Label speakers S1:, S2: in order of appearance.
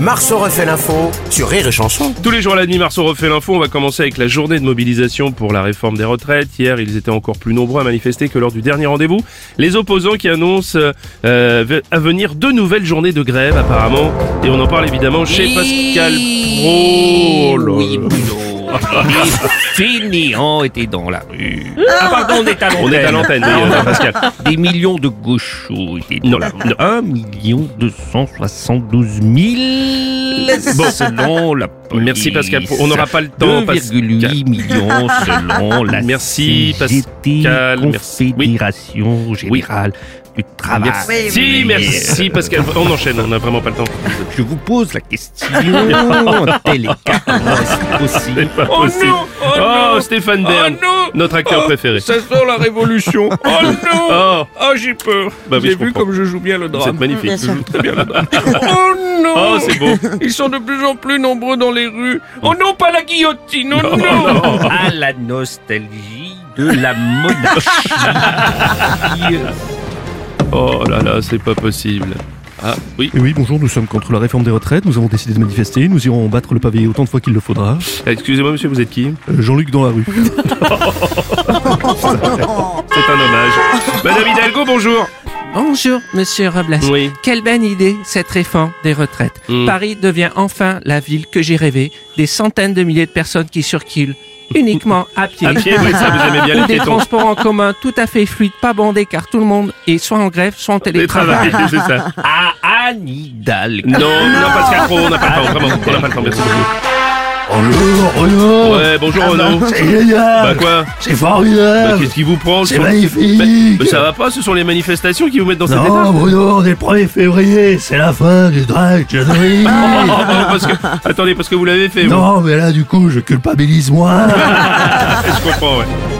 S1: Marceau refait l'info sur Rire et Chanson.
S2: Tous les jours à la nuit, Marceau refait l'info. On va commencer avec la journée de mobilisation pour la réforme des retraites. Hier, ils étaient encore plus nombreux à manifester que lors du dernier rendez-vous. Les opposants qui annoncent euh, à venir deux nouvelles journées de grève, apparemment. Et on en parle évidemment chez Pascal Pro. Oh là
S3: Oui,
S2: là.
S3: Bruno. Les fainéants étaient dans la rue. Ah, pardon, on est à l'antenne.
S2: On est à l'antenne, d'ailleurs, Pascal.
S3: Des millions de gauchos étaient
S2: Non,
S3: dans la rue. 1 million 272 000 selon la police.
S2: Merci, Pascal. On n'aura pas le temps,
S3: 2,8
S2: Pascal.
S3: millions selon la
S2: Merci,
S3: CGT,
S2: Pascal. Merci. Oui.
S3: Confédération Générale du Travail.
S2: Si, merci Pascal. On enchaîne, on n'a vraiment pas le temps.
S3: Je vous pose la question en délicat.
S2: Oh, C'est pas possible. Oh, Stéphane Bern, notre
S3: Oh,
S2: acteur préféré.
S4: Ça sent la révolution. Oh non
S2: Oh,
S4: Oh, j'ai peur.
S2: Bah oui,
S4: J'ai
S2: je
S4: vu
S2: comprends.
S4: comme je joue bien le
S2: c'est
S4: drame.
S2: magnifique.
S4: Oh non
S2: Oh, c'est beau.
S4: Ils sont de plus en plus nombreux dans les rues. Oh non, pas la guillotine. Oh non,
S3: à la nostalgie de la monarchie.
S2: Oh là là, c'est pas possible. Ah oui,
S5: Et oui, bonjour, nous sommes contre la réforme des retraites, nous avons décidé de manifester, nous irons battre le pavé autant de fois qu'il le faudra.
S2: Ah, excusez-moi monsieur, vous êtes qui
S5: Euh, Jean-Luc dans la rue.
S2: C'est un hommage. Madame Hidalgo, bonjour.
S6: Bonjour, monsieur Robles.
S2: Oui.
S6: Quelle bonne idée, cette réforme des retraites.
S2: Mm.
S6: Paris devient enfin la ville que j'ai rêvée. Des centaines de milliers de personnes qui circulent uniquement à pied.
S2: À pied, oui, ça vous aimez bien les
S6: Ou des
S2: piétons.
S6: transports en commun tout à fait fluides, pas bandés, car tout le monde est soit en grève, soit en
S2: Les
S6: télétravail.
S2: travail, c'est ça.
S3: à Anne Hidalgo.
S2: Non, non, Pascal Pro, on n'a pas le temps, vraiment, on n'a pas le temps, merci beaucoup. Oh,
S7: Bonjour, Renaud
S2: Ouais, bonjour Renaud.
S7: Ah, C'est
S2: Bah
S7: génial
S2: quoi
S7: C'est
S2: Bah,
S7: formidable
S2: Qu'est-ce qui vous prend ce
S7: C'est
S2: sont-
S7: magnifique
S2: Mais ça va pas, ce sont les manifestations qui vous mettent dans cet état
S7: Non, Bruno, on est le 1er février, c'est la fin du drag January
S2: Oh, bah, parce que- Attendez, parce que vous l'avez fait, vous.
S7: Non, mais là, du coup, je culpabilise moi
S2: Je comprends, ouais.